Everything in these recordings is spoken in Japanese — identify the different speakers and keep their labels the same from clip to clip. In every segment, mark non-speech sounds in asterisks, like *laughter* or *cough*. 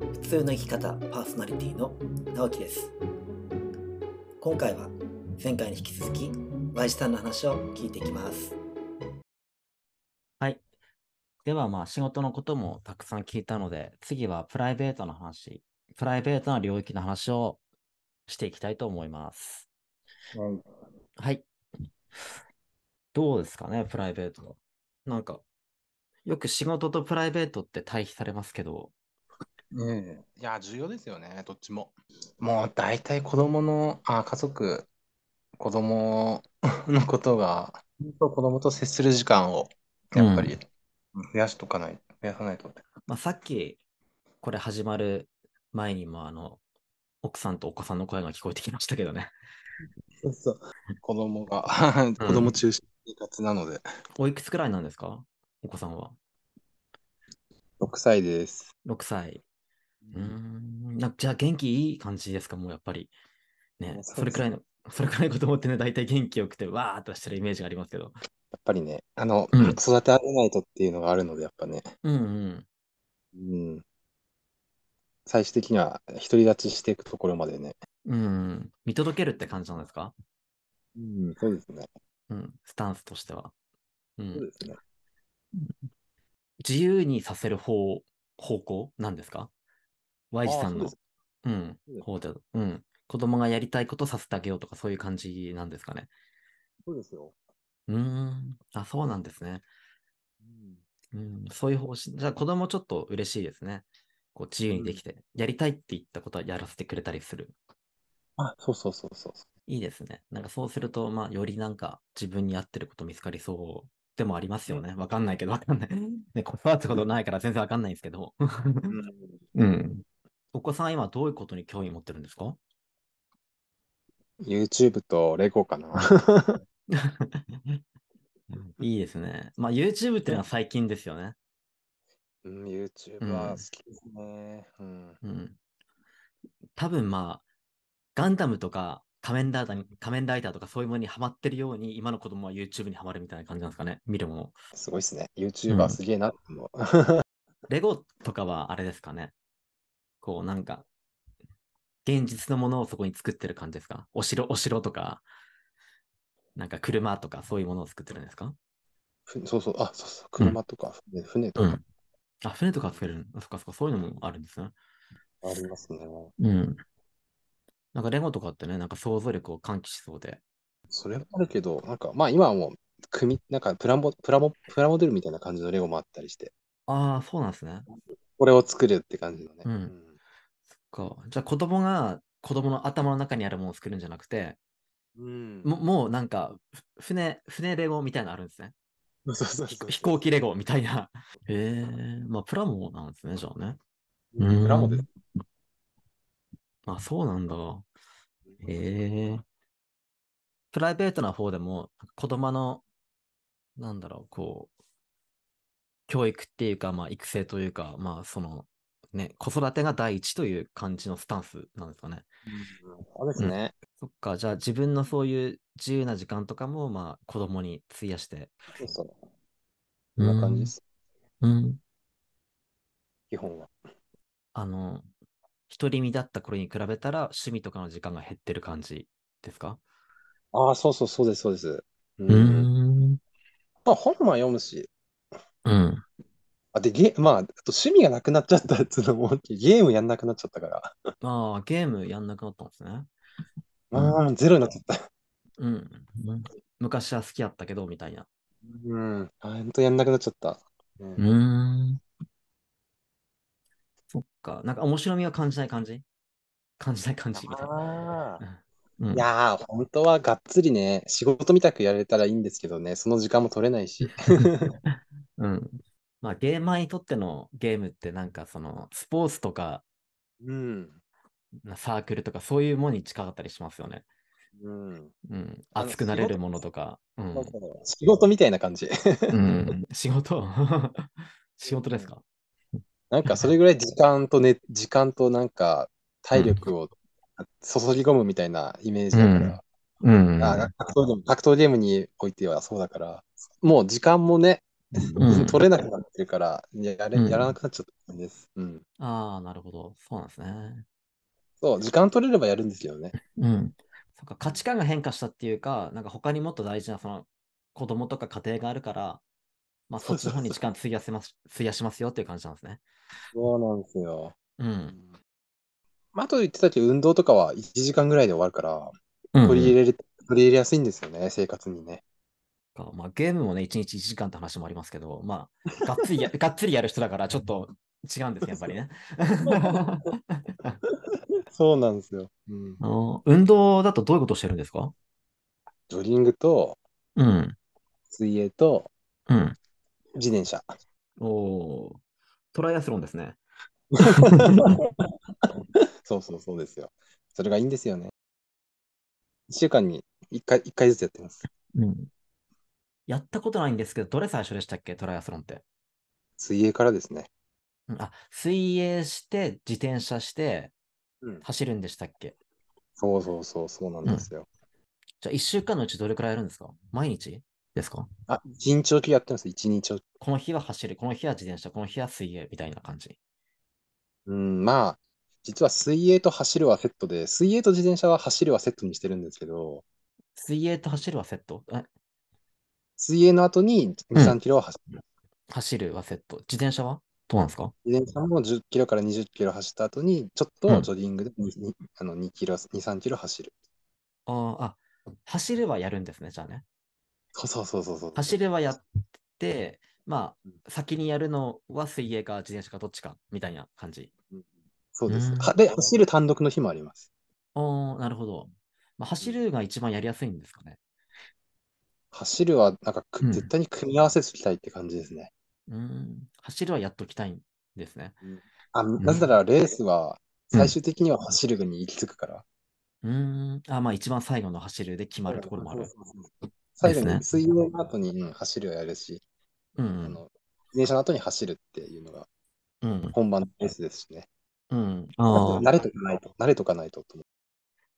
Speaker 1: 普通の生き方パーソナリティの直樹です今回は前回に引き続き Y さんの話を聞いていきます
Speaker 2: はい。では、まあ、仕事のこともたくさん聞いたので、次はプライベートの話、プライベートな領域の話をしていきたいと思います。
Speaker 3: はい。
Speaker 2: はい。どうですかね、プライベートは。なんか、よく仕事とプライベートって対比されますけど、
Speaker 3: ね
Speaker 4: いや、重要ですよね、どっちも。
Speaker 3: え。もう大体子供の、あ、家族、子供 *laughs* のことが、本当子供と接する時間を、やっぱり増やしとかない、増やさないと。
Speaker 2: まあ、さっき、これ始まる前にも、あの、奥さんとお子さんの声が聞こえてきましたけどね。
Speaker 3: そうそう。子供が、子供中心生活なので、
Speaker 2: おいくつくらいなんですかお子さんは。
Speaker 3: 6歳です。
Speaker 2: 6歳。うーん。なんかじゃあ元気いい感じですかもうやっぱり。ね、
Speaker 3: そう
Speaker 2: それ
Speaker 3: です
Speaker 2: くらいの、 *laughs* それくらいの子供ってね、大体元気よくて、わーっとしてるイメージがありますけど。
Speaker 3: やっぱりね、あの、
Speaker 2: うん
Speaker 3: 育て上げないとっていうのがあるので、やっぱね、
Speaker 2: うんうん。
Speaker 3: うん。最終的には独り立ちしていくところまでね。
Speaker 2: うんうん。見届けるって感じなんですか
Speaker 3: うん、そうですね。
Speaker 2: うん。スタンスとしては。う。
Speaker 3: そうんですね。
Speaker 2: 自由にさせる方、方向なんですか ?Y 字さん
Speaker 3: あ
Speaker 2: の
Speaker 3: そうです。
Speaker 2: うん
Speaker 3: そうで。す
Speaker 2: 方で。うん。子供がやりたいことさせてあげようとか、そういう感じなんですかね。
Speaker 3: そうですよ。
Speaker 2: うーん。あ、そうなんですね。
Speaker 3: うん
Speaker 2: うん、そういう方針。じゃあ子供ちょっと嬉しいですね。こう自由にできて、やりたいって言ったことはやらせてくれたりする。
Speaker 3: あ、そうそうそうそうそ
Speaker 2: いいですね。なんかそうすると、まあ、よりなんか自分に合ってること見つかりそうでもありますよね。わかんないけど、わかんない。ね、子育てことないから全然わかんないんですけど。
Speaker 3: う。
Speaker 2: うん。お子さんは今どういうことに興味持ってるんですか *laughs*
Speaker 3: YouTube とレゴかな。
Speaker 2: いいですね。まあ、YouTube っていうのは最近ですよね。
Speaker 3: *laughs* うん、YouTube は好きですね。うん。
Speaker 2: うん。多分まあ、ガンダムとか仮面ライダーに仮面ライダーとかそういうものにハマってるように、今の子供は YouTube にハマるみたいな感じなんですかね、見るもの。
Speaker 3: すごいですね。
Speaker 2: う
Speaker 3: YouTuber
Speaker 2: ん
Speaker 3: すげえなって思う。
Speaker 2: レゴとかはあれですかね、こうなんか、現実のものをそこに作ってる感じですかお城、お城とか、なんか車とかそういうものを作ってるんですか
Speaker 3: *laughs* ふそうそう、あ、そうそう、車とか船,、船とか。
Speaker 2: あ、船とか作れるそっかそっか、そういうのもあるんですね。
Speaker 3: ありますね。
Speaker 2: うん。なんかレゴとかってね、なんか想像力を喚起しそうで。
Speaker 3: それもあるけど、なんか、まあ今はもう、組、なんかプラモ、プラモ、プラモデルみたいな感じのレゴもあったりして、
Speaker 2: ああ、そうなんですね。
Speaker 3: これを作るって感じのね。
Speaker 2: うんそっか。じゃあ子供が子供の頭の中にあるものを作るんじゃなくて、
Speaker 3: うん。
Speaker 2: ももうなんかふ船、船レゴみたいなのあるんですね。
Speaker 3: うん、 *laughs* そうそう
Speaker 2: ひ
Speaker 3: そう。
Speaker 2: 飛行機レゴみた
Speaker 3: *laughs*
Speaker 2: いな。へえまあプラモなんですね、じゃあね。
Speaker 3: うんプラモデル。
Speaker 2: あ、そうなんだ。へえプライベートな方でも子供の、なんだろう、こう、教育っていうか、まあ育成というか、まあその、ね、子育てが第一という感じのスタンスなんですかね。
Speaker 3: うんそうですね。
Speaker 2: そっか、じゃあ自分のそういう自由な時間とかも、まあ子供に費やして。
Speaker 3: そうそう。こんな感じです。
Speaker 2: うん。うん。
Speaker 3: 基本は。
Speaker 2: あの、独り身だった頃に比べたら趣味とかの時間が減ってる感じですか
Speaker 3: ああ、そうそう、そうです、そうです。う
Speaker 2: う。ん。
Speaker 3: まあ本は読むし、
Speaker 2: うん。
Speaker 3: あ、で、ゲ、まあ、あと趣味がなくなっちゃったっていうのも大きい、ゲームやんなくなっちゃったから、
Speaker 2: ああ、ゲームやんなくなったんですね。
Speaker 3: ああ、ゼロになっちゃった。
Speaker 2: うん。昔は好きやったけど、みたいな。
Speaker 3: うん、あ、ほんとやんなくなっちゃった。うん
Speaker 2: ん。そっか。なんか面白みは感じない感じ感じない感じみたい
Speaker 3: あ
Speaker 2: な。うん
Speaker 3: ーいやー、本当はがっつりね、仕事みたくやれたらいいんですけどね、その時間も取れないし。
Speaker 2: うん。 *laughs* まあ、ゲーマーにとってのゲームって、なんかその、スポーツとか、
Speaker 3: うん。
Speaker 2: サークルとか、そういうものに近かったりしますよね。
Speaker 3: うん。
Speaker 2: うん。
Speaker 3: あの
Speaker 2: 熱くなれるものとか。うん。
Speaker 3: 仕事みたいな感じ。
Speaker 2: うん、仕事 *laughs* 仕事ですか
Speaker 3: なんかそれぐらい時間とね、時間となんか体力を注ぎ込むみたいなイメージだから、
Speaker 2: うん。
Speaker 3: あなんか格闘ゲーム格闘ゲームにおいてはそうだから、もう時間もね、
Speaker 2: うん
Speaker 3: *laughs* 取れなくなってるから、やれ
Speaker 2: うん
Speaker 3: やらなくなっちゃったんです。うん。
Speaker 2: ああ、なるほど。そうなんですね。
Speaker 3: そう、時間取れればやるんですよね。
Speaker 2: うん。そっか、価値観が変化したっていうか、なんか他にもっと大事なその子供とか家庭があるから、まあそ
Speaker 3: そう
Speaker 2: っちの方に
Speaker 3: そうそう
Speaker 2: 時間費やせます、費やしますよっていう感じなんですね。
Speaker 3: そうなんですよ。
Speaker 2: うん。
Speaker 3: まあ、あと言ってたけど、運動とかは1時間ぐらいで終わるから、
Speaker 2: うん
Speaker 3: 取り入れれ、取り入れやすいんですよね、生活にね。
Speaker 2: かまあゲームもね、1日1時間って話もありますけど、まあ、がっつりや、がっつりやる人だからちょっと違うんですね、やっぱりね。
Speaker 3: そうなんですよ。うん
Speaker 2: あ。の運動だとどういうことをしてるんですか
Speaker 3: ジョギングと、
Speaker 2: うん。
Speaker 3: 水泳と、
Speaker 2: うん。
Speaker 3: 自転車。
Speaker 2: おートライアスロンですね。
Speaker 3: そうそうそうですよ。それがいいんですよね。1週間に1回、一回ずつやってます。
Speaker 2: うん。やったことないんですけど、どれ最初でしたっけ、トライアスロンって。
Speaker 3: 水泳からですね。
Speaker 2: うんあ、水泳して、自転車して、
Speaker 3: うん
Speaker 2: 走るんでしたっけ。
Speaker 3: そうそうそう、そうなんですよ。
Speaker 2: じゃあ、1週間のうちどれくらいやるんですか毎日ですか
Speaker 3: あ、一日おきやってます、一日おき。
Speaker 2: この日は走る、この日は自転車、この日は水泳みたいな感じ。
Speaker 3: うん、まあ、実は水泳と走るはセットで、水泳と自転車は走るはセットにしてるんですけど、
Speaker 2: 水泳と走るはセット。え
Speaker 3: 水泳の後に2、
Speaker 2: うん
Speaker 3: 3キロは走る。
Speaker 2: 走るはセット。自転車はどうなんですか
Speaker 3: 自転車も10キロから20キロ走った後に、ちょっ
Speaker 2: う
Speaker 3: と
Speaker 2: ん
Speaker 3: ジョギングで 2, あの2キロ、2、3キロ走る。
Speaker 2: あーあ、走るはやるんですね、じゃあね。
Speaker 3: そうそうそうそうそう。
Speaker 2: 走るはやって、ま
Speaker 3: うん
Speaker 2: あ、先にやるのは水泳か自転車かどっちかみたいな感じ。
Speaker 3: そうです。
Speaker 2: うん
Speaker 3: はで、走る単独の日もあります。
Speaker 2: おーなるほど。まあ、走るが一番やりやすいんですかね。
Speaker 3: 走るは、なんかく、
Speaker 2: うん
Speaker 3: 絶対に組み合わせてきたいって感じですね。
Speaker 2: うん、走るはやっときたいんですね。
Speaker 3: あ、
Speaker 2: ん
Speaker 3: なぜならレースは、最終的には走るに行き着くから。
Speaker 2: うん、あ、まあ一番最後の走るで決まるところもある。
Speaker 3: そうそうそう最
Speaker 2: で
Speaker 3: 後
Speaker 2: すね
Speaker 3: に水泳の後に、うん走るをやるし、
Speaker 2: う
Speaker 3: あ
Speaker 2: ん、
Speaker 3: の自転車の後に走るっていうのが
Speaker 2: うん、
Speaker 3: 本番のレースですしね。
Speaker 2: うん。ああ、
Speaker 3: 慣れとかないと、慣れとかないとと思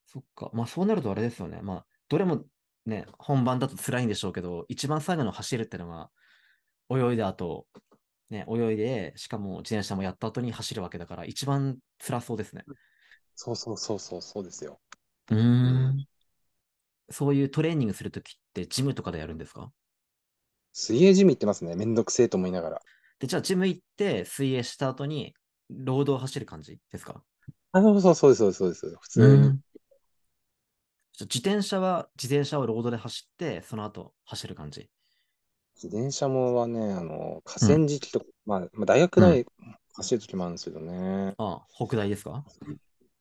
Speaker 2: そっか。まあそうなるとあれですよね。まあ、どれもね、本番だと辛いんでしょうけど、一番最後の走るってのが、泳いだ後、ね、泳いで、しかも自転車もやった後に走るわけだから、一番辛そうですね。
Speaker 3: う。そうそうそうそう、そうですよ。
Speaker 2: う。
Speaker 3: うん
Speaker 2: そういうトレーニングするときって、ジムとかでやるんですか
Speaker 3: 水泳ジム行ってますね。めんどくせえと思いながら。
Speaker 2: で、じゃあ、ジム行って、水泳した後に、ロードを走る感じですか
Speaker 3: あ、そうそうそうです、そうです、そうです。普通に。
Speaker 2: じゃあ自転車は、自転車をロードで走って、その後走る感じ。
Speaker 3: 自転車もはね、あの、河川敷とか、まあ、まあ、大学内走る時もあるんですけどね。
Speaker 2: ああ、北大ですか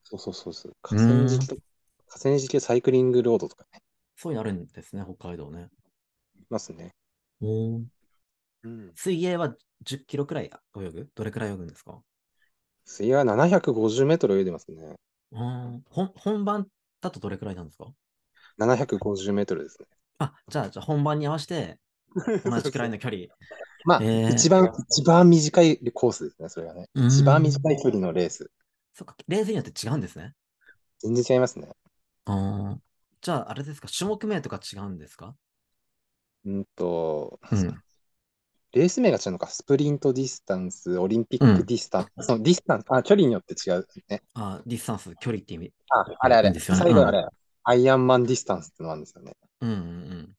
Speaker 3: そうそうそうです。河川敷とか、河川敷サイクリングロードとかね、
Speaker 2: そういうのあるんですね、北海道ね。
Speaker 3: いますね。うん。
Speaker 2: 水泳は10キロくらい泳ぐどれくらい泳ぐんですか
Speaker 3: 水泳は750メートル泳いでますね。
Speaker 2: うんほん本番だとどれくらいなんですか
Speaker 3: 750メートルですね。
Speaker 2: あ、じゃあ、じゃあ本番に合わせて、同じくらいの距離。
Speaker 3: *laughs* まあ、
Speaker 2: えー
Speaker 3: 一番、一番短いコースですね、それがね。
Speaker 2: うん
Speaker 3: 一番短い距離のレース。
Speaker 2: そっか、レースによって違うんですね。
Speaker 3: 全然違いますね。
Speaker 2: うんじゃあ、あれですか、種目名とか違うんですか
Speaker 3: うんと、
Speaker 2: うん
Speaker 3: レース名が違うのか、スプリントディスタンス、オリンピッ
Speaker 2: うん
Speaker 3: クディスタンス、そのディスタンス、あ、距離によって違うね。
Speaker 2: あ、ディスタンス、距離って意味。
Speaker 3: あ、あれあ
Speaker 2: いい
Speaker 3: れ、
Speaker 2: んですよね
Speaker 3: 最後のあれ、アイアンマンディスタンスってのがあるんですよね。
Speaker 2: うんうん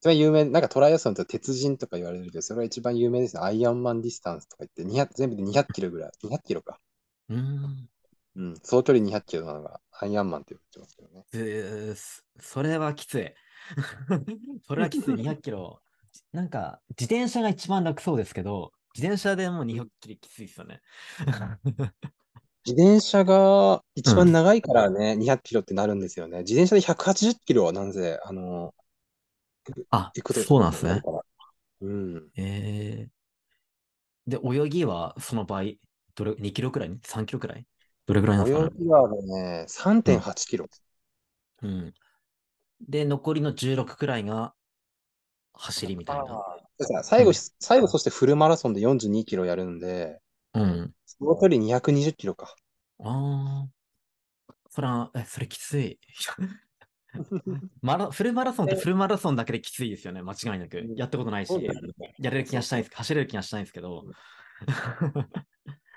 Speaker 3: 一番有名、なんかトライアスロンって鉄人とか言われるけど、それは一番有名ですね。アイアンマンディスタンスとか言って、200全部で200キロぐらい、200キロか。
Speaker 2: うん。うん。
Speaker 3: うん、総距離200キロなのが、アイアンマンって言ってますけどね。
Speaker 2: えーすそれはきつい。 *laughs* それはきつい、200キロ。なんか、自転車が一番楽そうですけど、自転車でもう200キロきついですよね。 *laughs*
Speaker 3: 自転車が一番長いからね、200キロってなるんですよね。自転車で180キロはなんぜ、あの、
Speaker 2: あ
Speaker 3: 行くこと
Speaker 2: そうなんですね。
Speaker 3: うん。
Speaker 2: えー、で、泳ぎはその場合、どれ2キロくらい ?3 キロくらいどれくらいなんですか
Speaker 3: 泳
Speaker 2: ね、
Speaker 3: ぎはね、3.8キロ。
Speaker 2: うん、で、残りの16くらいが走りみたいな。
Speaker 3: だから最
Speaker 2: う
Speaker 3: 後、
Speaker 2: ん
Speaker 3: 最後そしてフルマラソンで42キロやるんで、
Speaker 2: うん。
Speaker 3: その距離220キロか。
Speaker 5: *laughs*
Speaker 2: ああ。そら、え、それきつい。マラフルマラソンってフルマラソンだけできついですよね、間違いなく。やったことないし、
Speaker 5: そうだよね
Speaker 2: やれる気がしたいんです、走れる気がしたいんですけど。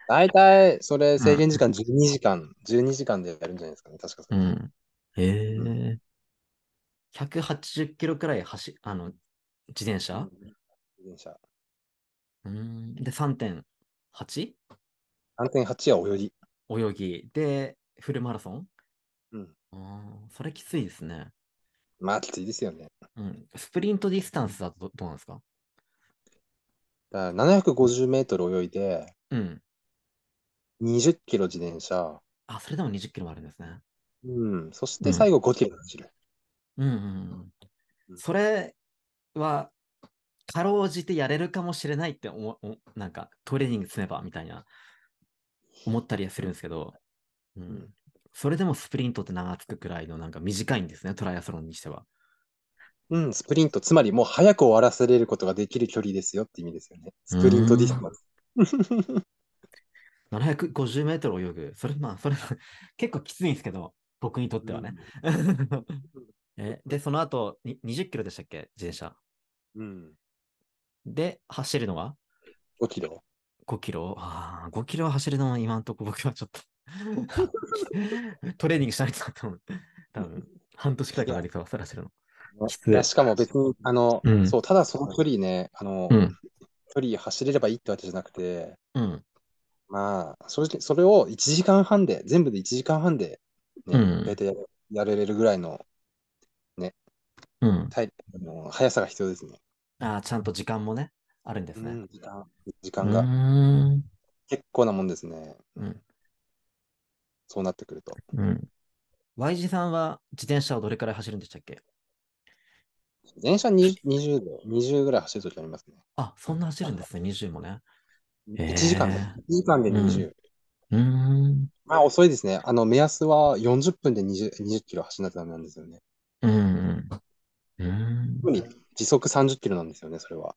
Speaker 3: 大体、それ制限時間12時間、12時間でやるんじゃないですかね、確か
Speaker 2: う
Speaker 3: に。
Speaker 2: ん。ええ180キロくらい走、あの、自転車、
Speaker 3: 自転車。
Speaker 2: うん、で、3.8?
Speaker 3: 3.8は泳ぎ。
Speaker 2: 泳ぎでフルマラソン
Speaker 3: うん。
Speaker 2: あーそれきついですね。
Speaker 3: まあ、きついですよね。
Speaker 2: うん。スプリントディスタンスだとどどうなんですか
Speaker 3: だから750メートル泳いで、
Speaker 2: うん。
Speaker 3: 20キロ自転車、
Speaker 2: あ、それでも20キロもあるんですね。
Speaker 3: うん、そして最後5キロ走る。
Speaker 2: うんうんう。
Speaker 3: うんん
Speaker 2: それは、かろうじてやれるかもしれないって思う、おなんかトレーニング積めばみたいな、思ったりはするんですけど、うん。
Speaker 3: ん
Speaker 2: それでもスプリントって名がつくくらいのなんか短いんですね、トライアスロンにしては。
Speaker 3: うん、スプリント、つまりもう早く終わらせれることができる距離ですよって意味ですよね。スプリントディスタンス。
Speaker 2: 750メートル泳ぐ。それ、まあ、それ、 *laughs* 結構きついんですけど、僕にとってはね。 *laughs* えで、その後、に20キロでしたっけ自転車。
Speaker 3: うん、
Speaker 2: で、走るのは
Speaker 3: 5キロ。
Speaker 2: 5キロああ、5キロ走るのは今んとこ僕はちょっ
Speaker 3: *laughs*
Speaker 2: とトレーニングしないとなと思う。多分半年くらいかかりそう、そら走るの。きつい
Speaker 3: いやしかも別に、あの、
Speaker 2: うん
Speaker 3: そう、ただその距離ね、あの、
Speaker 2: うん
Speaker 3: 距離走れればいいってわけじゃなくて、
Speaker 2: うん。
Speaker 3: まあ、正直、それを1時間半で、全部で1時間半で、ね
Speaker 2: うん
Speaker 3: 大体やれやれるぐらいの
Speaker 2: うん。
Speaker 3: 体あの速さが必要ですね。
Speaker 2: ああ、ちゃんと時間もね、あるんです
Speaker 3: う
Speaker 2: ね。
Speaker 3: ん時間時
Speaker 2: う
Speaker 3: 間
Speaker 2: ー
Speaker 3: が
Speaker 2: ん。
Speaker 3: 結構なもんですね。
Speaker 2: うん。
Speaker 3: そうなってくると。
Speaker 2: うん。Y 字さんは自転車をどれくらい走るんでしたっけ
Speaker 3: 電車に20度、20ぐらい走るときありますね。
Speaker 2: あ、そんな走るんですね、20もね。へー
Speaker 3: 1時間で、一時間で20。
Speaker 2: うーん。
Speaker 3: まあ遅いですね。あの目安は40分で 20, 20キロ走らなきゃダメなんですよね。
Speaker 2: うんうん。うーん。
Speaker 3: 特に時速30キロなんですよね、それは。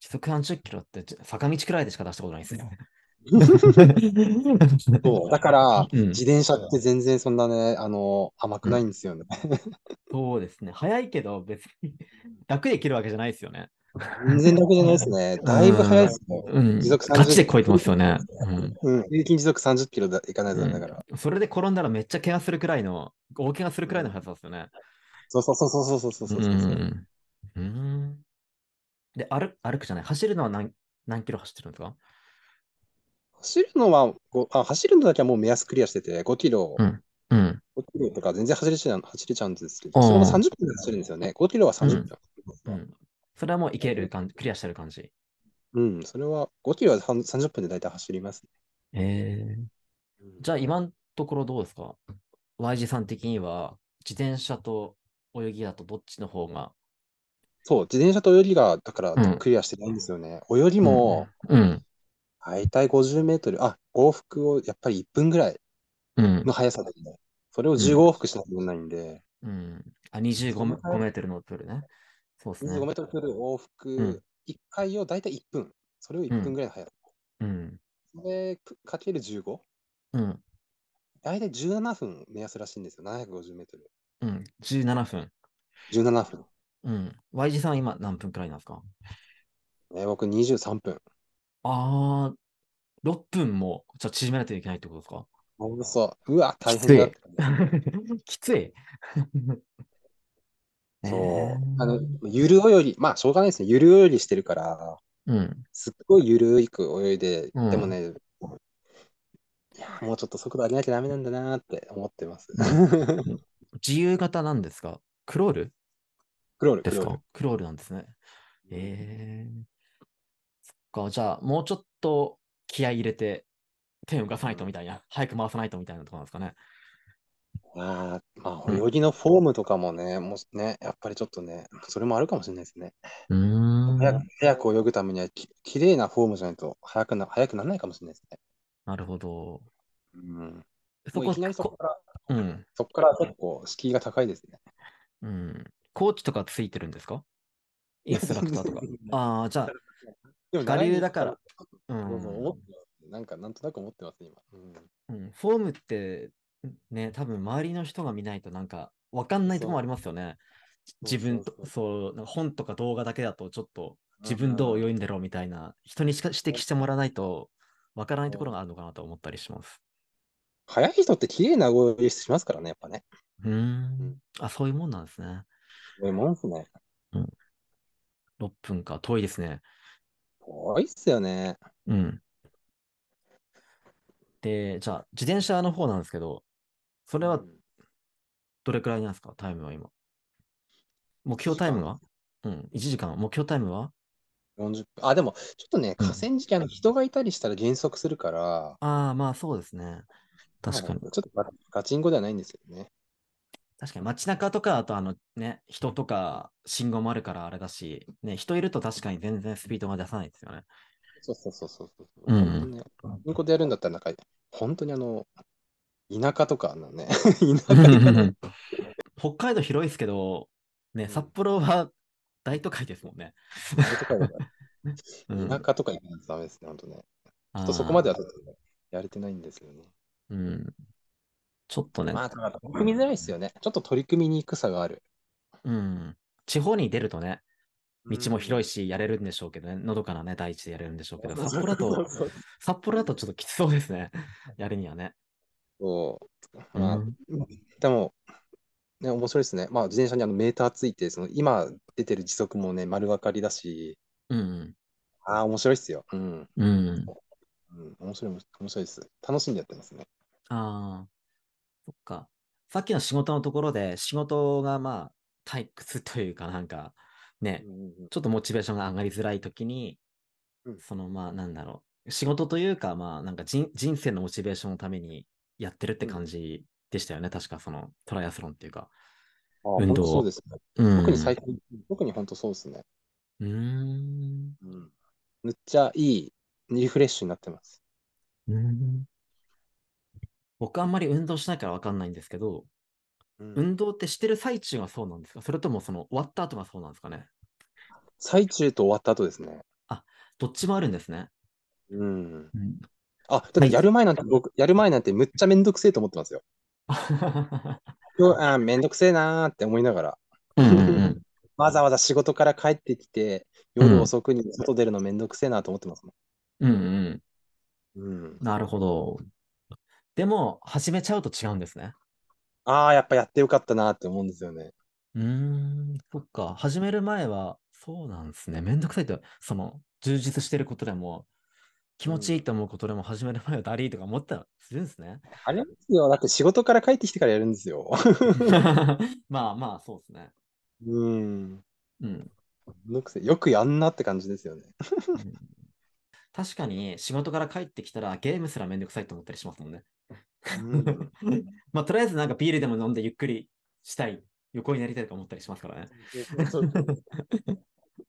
Speaker 2: 時速30キロってじ坂道くらいでしか出したことないですよ。 *laughs*
Speaker 3: そうだから、
Speaker 2: うん
Speaker 3: 自転車って全然そんなね、あの、甘くないんですよね。
Speaker 2: そうですね。早いけど、別に楽できるわけじゃないですよね。
Speaker 3: 全然楽じゃないですね。だいぶ速いですね。
Speaker 2: うん。
Speaker 3: 時速30
Speaker 2: ガチで超えてますよね。
Speaker 3: うん。平均時速30キロでいかないとダメだから。
Speaker 2: うん。それで転んだらめっちゃ怪我するくらいの、大怪我するくらいの速さですよね。
Speaker 3: そうそうそうそうそうそう
Speaker 2: う
Speaker 3: そ
Speaker 2: ん
Speaker 3: う
Speaker 2: う
Speaker 3: そう。
Speaker 2: んうん。うんで、歩歩くじゃない。走るのは何何キロ走ってるんですか
Speaker 3: 走るのはごあ、走るのだけはもう目安クリアしてて、5キロ、
Speaker 2: うん。
Speaker 3: 5キロとか全然走れちゃう走れちゃうんですけ
Speaker 2: う
Speaker 3: ど、
Speaker 2: ん
Speaker 3: それも30分で走るんですよね。5キロは30分。
Speaker 2: うん。それはもういける感じ、クリアしてる感じ。
Speaker 3: うん、それは5キロは30分で大体走ります、
Speaker 2: ええ
Speaker 3: ね。
Speaker 2: じゃあ今のところどうですか ?Y 字さん的には、自転車と泳ぎだとどっちの方が。
Speaker 3: そう、自転車と泳ぎが、だか
Speaker 2: う
Speaker 3: ら
Speaker 2: ん
Speaker 3: クリアしてないんですよね。泳ぎも、
Speaker 2: うん。
Speaker 3: 大体50メートル、あ、往復をやっぱり1分ぐらい
Speaker 2: うん
Speaker 3: の。速さで、ね、それを15往復しなきゃいけないんで、
Speaker 2: うん。あ、25メ5メートルのプールね。そうですね。
Speaker 3: 25メートルプール往
Speaker 2: うん
Speaker 3: 復、1回を大体1分。それを1分ぐらいの速さ。
Speaker 2: うん。
Speaker 3: それかける 15?
Speaker 2: うん。
Speaker 3: 大体17分目安らしいんですよ、750メートル。
Speaker 2: うん。17分。
Speaker 3: 17分。
Speaker 2: うん。Y 字さんは今何分くらいなんですか
Speaker 3: ね、僕23分。
Speaker 2: あー、6分も、じゃあ縮めないといけないってことですか
Speaker 3: おおそう。うわ、大変だ。
Speaker 2: *laughs* きつい。
Speaker 3: そう。あ
Speaker 2: の
Speaker 3: の、ゆる泳ぎ、まあ、しょうがないですね。ゆる泳ぎしてるから、
Speaker 2: うん。
Speaker 3: すっごいゆるいく泳いで、
Speaker 2: うん
Speaker 3: でもね、いや、もうちょっと速度上げなきゃダメなんだなーって思って
Speaker 2: *laughs*
Speaker 3: ます。
Speaker 2: 自由形なんですかクロール
Speaker 3: クロール、
Speaker 2: で
Speaker 3: ク
Speaker 2: す
Speaker 3: ロール
Speaker 2: か。クロールなんですね。えー。そっか、じゃあもうちょっと気合い入れて、手を動かさないとみたいな、早く回さないとみたいなところなんですかね。
Speaker 3: あーま
Speaker 2: うん
Speaker 3: あ、泳ぎのフォームとかもね、もうね、やっぱりちょっとね、それもあるかもしれないですね。
Speaker 2: うーん。
Speaker 3: 早く早く泳ぐためにはき、綺麗なフォームじゃないと、早くな、早くならないかもしれないですね。
Speaker 2: なるほど。
Speaker 3: うん。
Speaker 2: そ
Speaker 3: もう
Speaker 2: こ
Speaker 3: いきなりそこ
Speaker 2: こ
Speaker 3: から、
Speaker 2: うん。
Speaker 3: そこから結構敷居が高いですね。
Speaker 2: うん。コーチとかついてるんですかインストラクターとか。ああ、じゃ
Speaker 3: でも
Speaker 2: あ、我流だから。う
Speaker 3: 習いに行ったら。そうそうん思ってますなんか、なんとなく思ってます、今。うん
Speaker 2: うん、フォームってね、多分周りの人が見ないとなんか分かんないとこもありますよね。
Speaker 3: そう
Speaker 2: 自分
Speaker 3: そう
Speaker 2: と、
Speaker 3: そう
Speaker 2: そう、なんか本とか動画だけだとちょっと自分どう泳いんだろうみたいな、人にしか指摘してもらわないと分からないところがあるのかなと思ったりします。
Speaker 3: 早い人って綺麗な動きしますからね、やっぱね。
Speaker 2: うーん
Speaker 3: ん。
Speaker 2: あ、そういうもんなんですね。
Speaker 3: そういうもんですね。
Speaker 2: 6分か、遠いですね。
Speaker 3: 多いっすよね。
Speaker 2: うん。で、じゃあ、自転車の方なんですけど、それは
Speaker 3: うん
Speaker 2: どれくらいなんですか、タイムは今。目標タイムはうん、1時間。目標タイムは
Speaker 3: 40分。あ、でも、ちょっとね、
Speaker 2: うん
Speaker 3: 河川敷、あの、人がいたりしたら減速するから、
Speaker 2: ああ、まあそうですね。確かに
Speaker 3: ま。あちょっとガガチンコではないんですけどね。
Speaker 2: 確かに街中とか、あとあのね、人とか信号もあるからあれだし、ね、人いると確かに全然スピードが出さないですよね。
Speaker 3: そうそうそうそうそう。
Speaker 2: うんうん
Speaker 3: 本当にねガチンコでやるんだったら、なんか、本当にあの、田舎とかのね、田舎でかな。
Speaker 2: *laughs* 北海道広いですけど、ね、
Speaker 3: うん
Speaker 2: 札幌は大都会ですもんね。
Speaker 3: とか
Speaker 2: うん、
Speaker 3: 田舎とか行かないとダメですね、本当ね。
Speaker 2: あ
Speaker 3: ちょっ
Speaker 2: ー
Speaker 3: とそこまではちょっとねやれてないんですよね。
Speaker 2: うん。ちょっとね、
Speaker 3: まあ、ただ取り組みづらいですよね。ちょっと取り組みにくさがある。
Speaker 2: うん。地方に出るとね、道も広
Speaker 3: い。
Speaker 2: いし、やれるんでしょうけどね、のどかなね、大地でやれるんでしょうけど、札幌だと、 *laughs* 札幌だとちょっときつそうですね、 *laughs* やるにはね。
Speaker 3: そう。
Speaker 2: う
Speaker 3: まあ、
Speaker 2: ん、
Speaker 3: でも、ね、面白いですね。まあ、自転車にあのメーターついて、その今出てる時速もね、丸分かりだし、
Speaker 2: うん、
Speaker 3: ああ、面白いっすよ。うん。
Speaker 2: うん。
Speaker 3: うん、面白い、面白いです。楽しんでやってますね。
Speaker 2: ああ、そっか。さっきの仕事のところで、仕事がまあ、退屈というかなんか、ね
Speaker 3: う、んうんうん
Speaker 2: ちょっとモチベーションが上がりづらいときに
Speaker 3: う、ん
Speaker 2: そのまあ、なんだろう、仕事というか、まあ、なんか人人生のモチベーションのためにやってるって感じでしたよね、確か、そのトライアスロンっていうか。
Speaker 3: あー
Speaker 2: 運
Speaker 3: 本
Speaker 2: 動
Speaker 3: 当そうですね。
Speaker 2: うん
Speaker 3: 特に最近、特に本当そうですね。
Speaker 2: うーん。
Speaker 3: うん。むっちゃいいリフレッシュになってます。
Speaker 2: うん僕あんまり運動しないからわかんないんですけど、
Speaker 3: うん
Speaker 2: 運動ってしてる最中がそうなんですかそれともその終わった後がそうなんですかね
Speaker 3: 最中と終わった後ですね。
Speaker 2: どっちもあるんですね。
Speaker 3: うん。 *laughs*
Speaker 2: うん、
Speaker 3: あ、だってやる前なんて、僕、やる前なんてむっちゃめんどくせえと思ってますよ。今日あーめんどくせえなーって思いながら、
Speaker 2: うんうん
Speaker 3: わざわざ仕事から帰ってきて、夜遅くに外出るのめんどくせえなと思ってますも
Speaker 2: うん。うんうん。
Speaker 3: ん。うん。
Speaker 2: なるほど。でも、始めちゃうと違うんですね。
Speaker 3: ああ、やっぱやってよかったなって思うんですよね。
Speaker 2: うーん、そっか。始める前は、そうなんですね。めんどくさいと、その、充実してることでも、気持ちいいと思うことでも、始める前はだりーとか思ったりするんですね。
Speaker 3: あれですよ。だって仕事から帰ってきてからやるんですよ。
Speaker 2: *laughs* まあまあ、そうですね。
Speaker 3: うん。
Speaker 2: うん。
Speaker 3: めんどくせえ。よくやんなって感じですよね。
Speaker 2: 確かに、仕事から帰ってきたら、ゲームすらめんどくさいと思ったりしますもんね。
Speaker 3: うん。
Speaker 2: まあ、とりあえずなんかビールでも飲んでゆっくりしたい、横になりたいとか思ったりしますからね。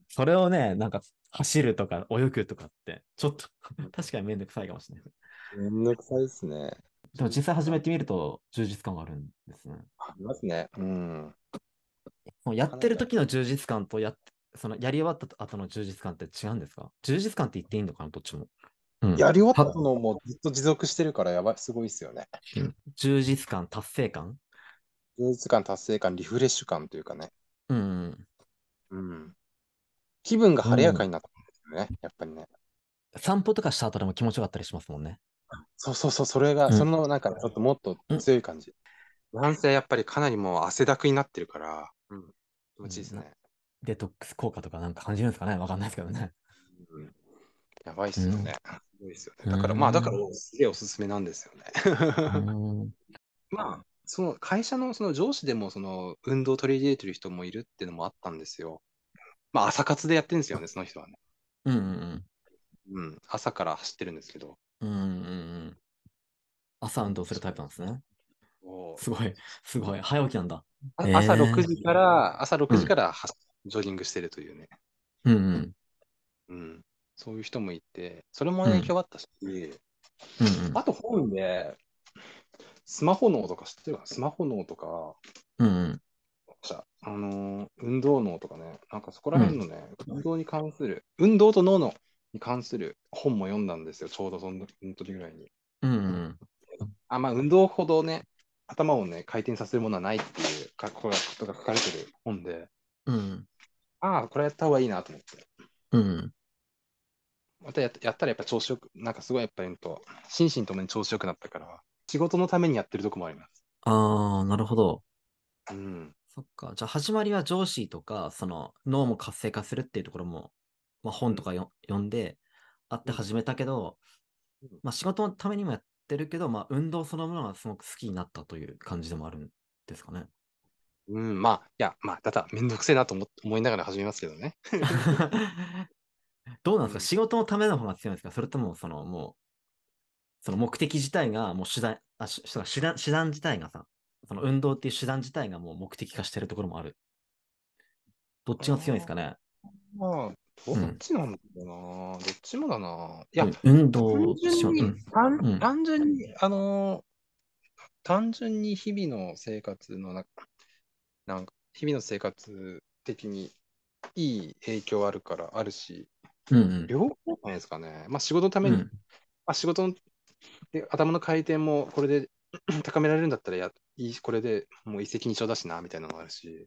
Speaker 2: それをね、なんか走るとか泳ぐとかって、ちょっと *laughs* 確かにめんどくさいかもしれない。
Speaker 3: めんどくさいですね。
Speaker 2: でも実際始めてみると充実感があるんですね。
Speaker 3: ありますね。うん。
Speaker 2: もうやってる時の充実感とやっそのやり終わった後の充実感って違うんですか充実感って言っていいのかなどっちも。うん、
Speaker 3: やり終わったのもずっと持続してるからやばい、すごいですよね。
Speaker 2: 充実感、達成感
Speaker 3: 充実感、達成感、リフレッシュ感というかね。
Speaker 2: うんうん。
Speaker 3: うん。気分が晴れやかになったんですよね、やっぱりね。
Speaker 2: 散歩とかした後でも気持ちよかったりしますもんね。
Speaker 3: そうそうそう、それ
Speaker 2: う
Speaker 3: が、
Speaker 2: ん
Speaker 3: そのなんかちょっともっと強い感じ。男性やっぱりかなりもう汗だくになってるから、うん、気持ちいいですね。
Speaker 2: デトックス効果とかなんか感じるんですかねわかんないですけど *laughs* ね。
Speaker 3: うんやばいっすよね。すごいっすよね。だから、
Speaker 2: うん
Speaker 3: まあ、だから、すげえおすすめなんですよ
Speaker 2: う
Speaker 3: ね。
Speaker 2: ん
Speaker 3: *laughs* まあ、その会社のその上司でも、その運動を取り入れてる人もいるっていうのもあったんですよ。まあ、朝活でやってるんですよね、その人はね。
Speaker 2: うんうん。
Speaker 3: うん、朝から走ってるんですけど。
Speaker 2: うんうんうん。朝運動するタイプなんですね。
Speaker 3: おー
Speaker 2: すごい、すごい。早起きなんだ。
Speaker 3: あ
Speaker 2: えー
Speaker 3: 朝6時から、朝6時から走ジョギングしてるというね、
Speaker 2: うんうん。
Speaker 3: うん、そういう人もいて、それも影響あったし、
Speaker 2: うんうん
Speaker 3: あと本で、スマホ脳とか知ってるかなスマホ脳とか、
Speaker 2: うんうん。
Speaker 3: あのー運動脳とかね、なんかそこら辺のね、運動に関する、運動と脳のに関する本も読んだんですよ、ちょうどその時ぐらいに。
Speaker 2: うんうん
Speaker 3: あ、まあ運動ほどね、頭をね、回転させるものはないっていうかこことが書かれてる本で、
Speaker 2: うん。
Speaker 3: ああ、これやった方がいいなと思って。
Speaker 2: うん。
Speaker 3: またやっやったらやっぱ調子よく、なんかすごいやっぱりほんと、心身ともに調子よくなったから、仕事のためにやってるとこもあります。
Speaker 2: ああ、なるほど。
Speaker 3: うん。
Speaker 2: そっか。じゃあ、始まりは上司とか、その、脳も活性化するっていうところも、まあ、本とかよ読んで、あって始めたけど
Speaker 3: うん、
Speaker 2: まあ、仕事のためにもやってるけど、まあ、運動そのものがすごく好きになったという感じでもあるんですかね。
Speaker 3: うん、まあ、いや、まあ、ただ、めんどくせえなと思思いながら始めますけどね。
Speaker 2: *laughs* どうなんですか
Speaker 3: うん
Speaker 2: 仕事のための方が強いんですかそれとも、その、もう、その目的自体が、もう手段、あ、しそうだ手段、手段自体がさ、その運動っていう手段自体がもう目的化してるところもある。どっちが強いんですかね
Speaker 3: まあ、どっちなんだろうな、どっちもだな。いや、
Speaker 2: うん運動
Speaker 3: 単
Speaker 2: しよう。
Speaker 3: 純
Speaker 2: う
Speaker 3: に、
Speaker 2: ん
Speaker 3: 単
Speaker 2: うん
Speaker 3: 単純に、あのー単純に日々の生活の中、なんか、日々の生活的にいい影響あるから、あるし、
Speaker 2: うんうん。
Speaker 3: 両方じゃないですかね。まあ、仕事のた
Speaker 2: う
Speaker 3: めに、
Speaker 2: ん
Speaker 3: まあ、仕事ので頭の回転もこれで高められるんだったらや、いいこれでもう一石二鳥だしな、みたいなのもあるし、